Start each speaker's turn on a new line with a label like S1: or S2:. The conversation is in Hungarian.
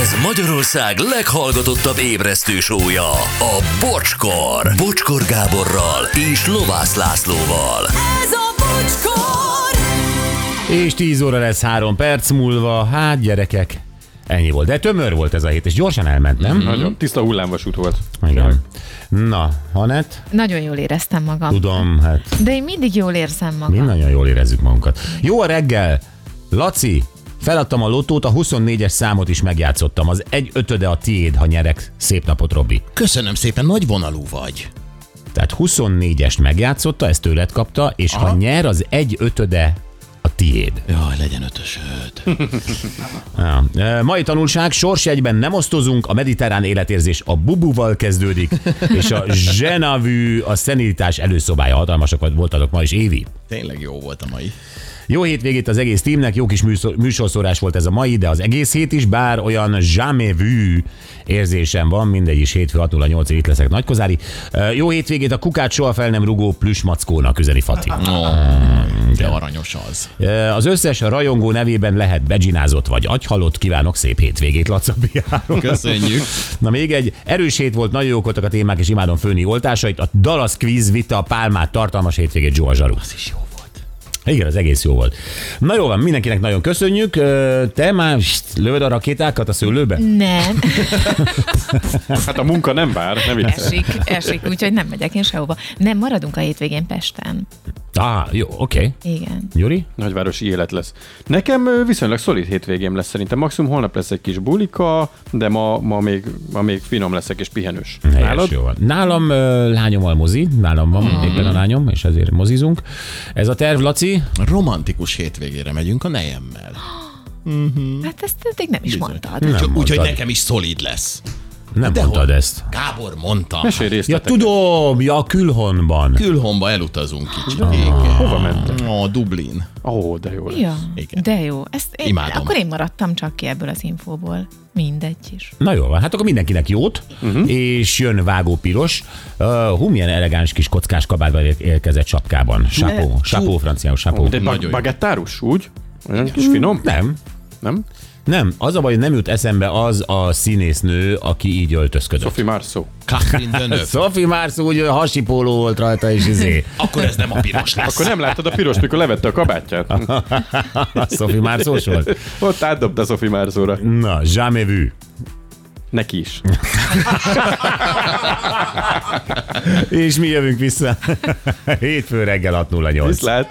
S1: Ez Magyarország leghallgatottabb ébresztő sója, a Bocskor. Bocskor Gáborral és Lovász Lászlóval.
S2: Ez a bocskor!
S3: És 10 óra lesz 3 perc múlva. Hát gyerekek, ennyi volt. De tömör volt ez a hét, és gyorsan elment, nem?
S4: Nagyon. Hmm? Tiszta hullámvasút volt.
S3: Mhm. Igen. Na, Anett,
S5: Nagyon jól éreztem magam.
S3: tudom, hát
S5: De én mindig jól érzem magam.
S3: mi nagyon jól érezzük magunkat. Jó a reggel, Laci, feladtam a lotót, a 24-es számot is megjátszottam. Az egy ötöde a tiéd, ha nyerek. Szép napot, Robi.
S6: Köszönöm szépen, nagy vonalú vagy.
S3: Tehát 24-est megjátszotta, ezt tőled kapta, és Aha. ha nyer, az egy ötöde a tiéd.
S6: Jaj, legyen ötösöd.
S3: Ja. E, Mai tanulság, sorsjegyben nem osztozunk, a mediterrán életérzés a bubuval kezdődik, és a zsenavű a szenilitás előszobája. Hatalmasak voltatok ma is, Évi.
S6: Tényleg jó volt a mai.
S3: Jó hétvégét az egész teamnek, jó kis műsor, műsorszórás volt ez a mai, de az egész hét is, bár olyan jamais vu érzésem van, mindegy is hétfő 6 0 8 itt leszek Nagykozári. E, Jó hétvégét a kukát soha fel nem rugó plüsmackónak üzeni Fati.
S6: Ó, Ah, de aranyos az.
S3: E, Az összes rajongó nevében lehet begyinázott vagy agyhalott, kívánok szép hétvégét, Laca Biáron.
S6: Köszönjük.
S3: Na még egy erős hét volt, nagyon jók voltak a témák, és imádom főni oltásait. A Dallas Quiz vita, a pálmát, tartalmas hétvégét, Zsóa Zsaru. Az is jó volt. Igen, az egész jó volt. Na jó van, mindenkinek nagyon köszönjük. Ö, Te már pst, lövöd a rakétákat a szőlőbe?
S5: Nem,
S4: Hát a munka nem vár, nem vicc.
S5: esik, esik, úgyhogy nem megyek én sehova. Nem, maradunk a hétvégén Pesten.
S3: Á, jó, oké. Okay.
S5: Igen.
S3: Gyuri?
S4: Nagyvárosi élet lesz. Nekem ö, viszonylag szolid hétvégém lesz szerintem. Maximum holnap lesz egy kis bulika, de ma, ma, még, ma még finom leszek és pihenős.
S3: Helyes, jó van. Nálam ö, lányommal mozi, nálam van mm. éppen a lányom, és ezért mozizunk. Ez a terv, Laci.
S6: Romantikus hétvégére megyünk a nejemmel.
S5: Hát ezt eddig nem is mondtad.
S3: Nem
S6: Úgyhogy
S3: mondtad,
S6: nekem is szolid lesz.
S3: nem
S6: Dehogy.
S3: mondtad ezt.
S6: Gábor mondta.
S4: Mesélj
S3: Ja,
S4: részleteket.
S3: tudom, ja, a külhonban.
S6: Külhomba elutazunk kicsit. Igen.
S4: Hova mentek?
S6: Ó, Dublin.
S4: Ó, oh, de jó lesz.
S5: Ja,
S6: Igen.
S5: de jó. Ezt én,
S6: Imádom.
S5: Akkor én maradtam csak ki ebből az infóból. Mindegy is.
S3: Na jó van, hát akkor mindenkinek jót, uh-huh. és jön Vágó Piros. Uh, hú, milyen elegáns kis kockás kabátban ér- érkezett sapkában. Sapó, sapó, franciául, sapó.
S4: De
S6: Nagyon jó.
S4: bag- bagettárus, úgy? Olyan kis finom?
S3: Nem,
S4: Nem?
S3: nem, az a baj, hogy nem jut eszembe az a színésznő, aki így öltözködött.
S4: Sophie Marceau.
S6: Catherine Deneuve.
S3: Sophie Mársz úgy hogy hasipóló volt rajta, és izé.
S6: Akkor ez nem a piros lesz.
S4: Akkor nem láttad a piros, mikor levette a kabátját?
S3: Sophie Márszós volt.
S4: Ott átdobta Sophie Marceau-ra.
S3: Na, jamais vu.
S4: Neki is.
S3: És mi jövünk vissza hétfő reggel 6.08.
S4: Viszlát.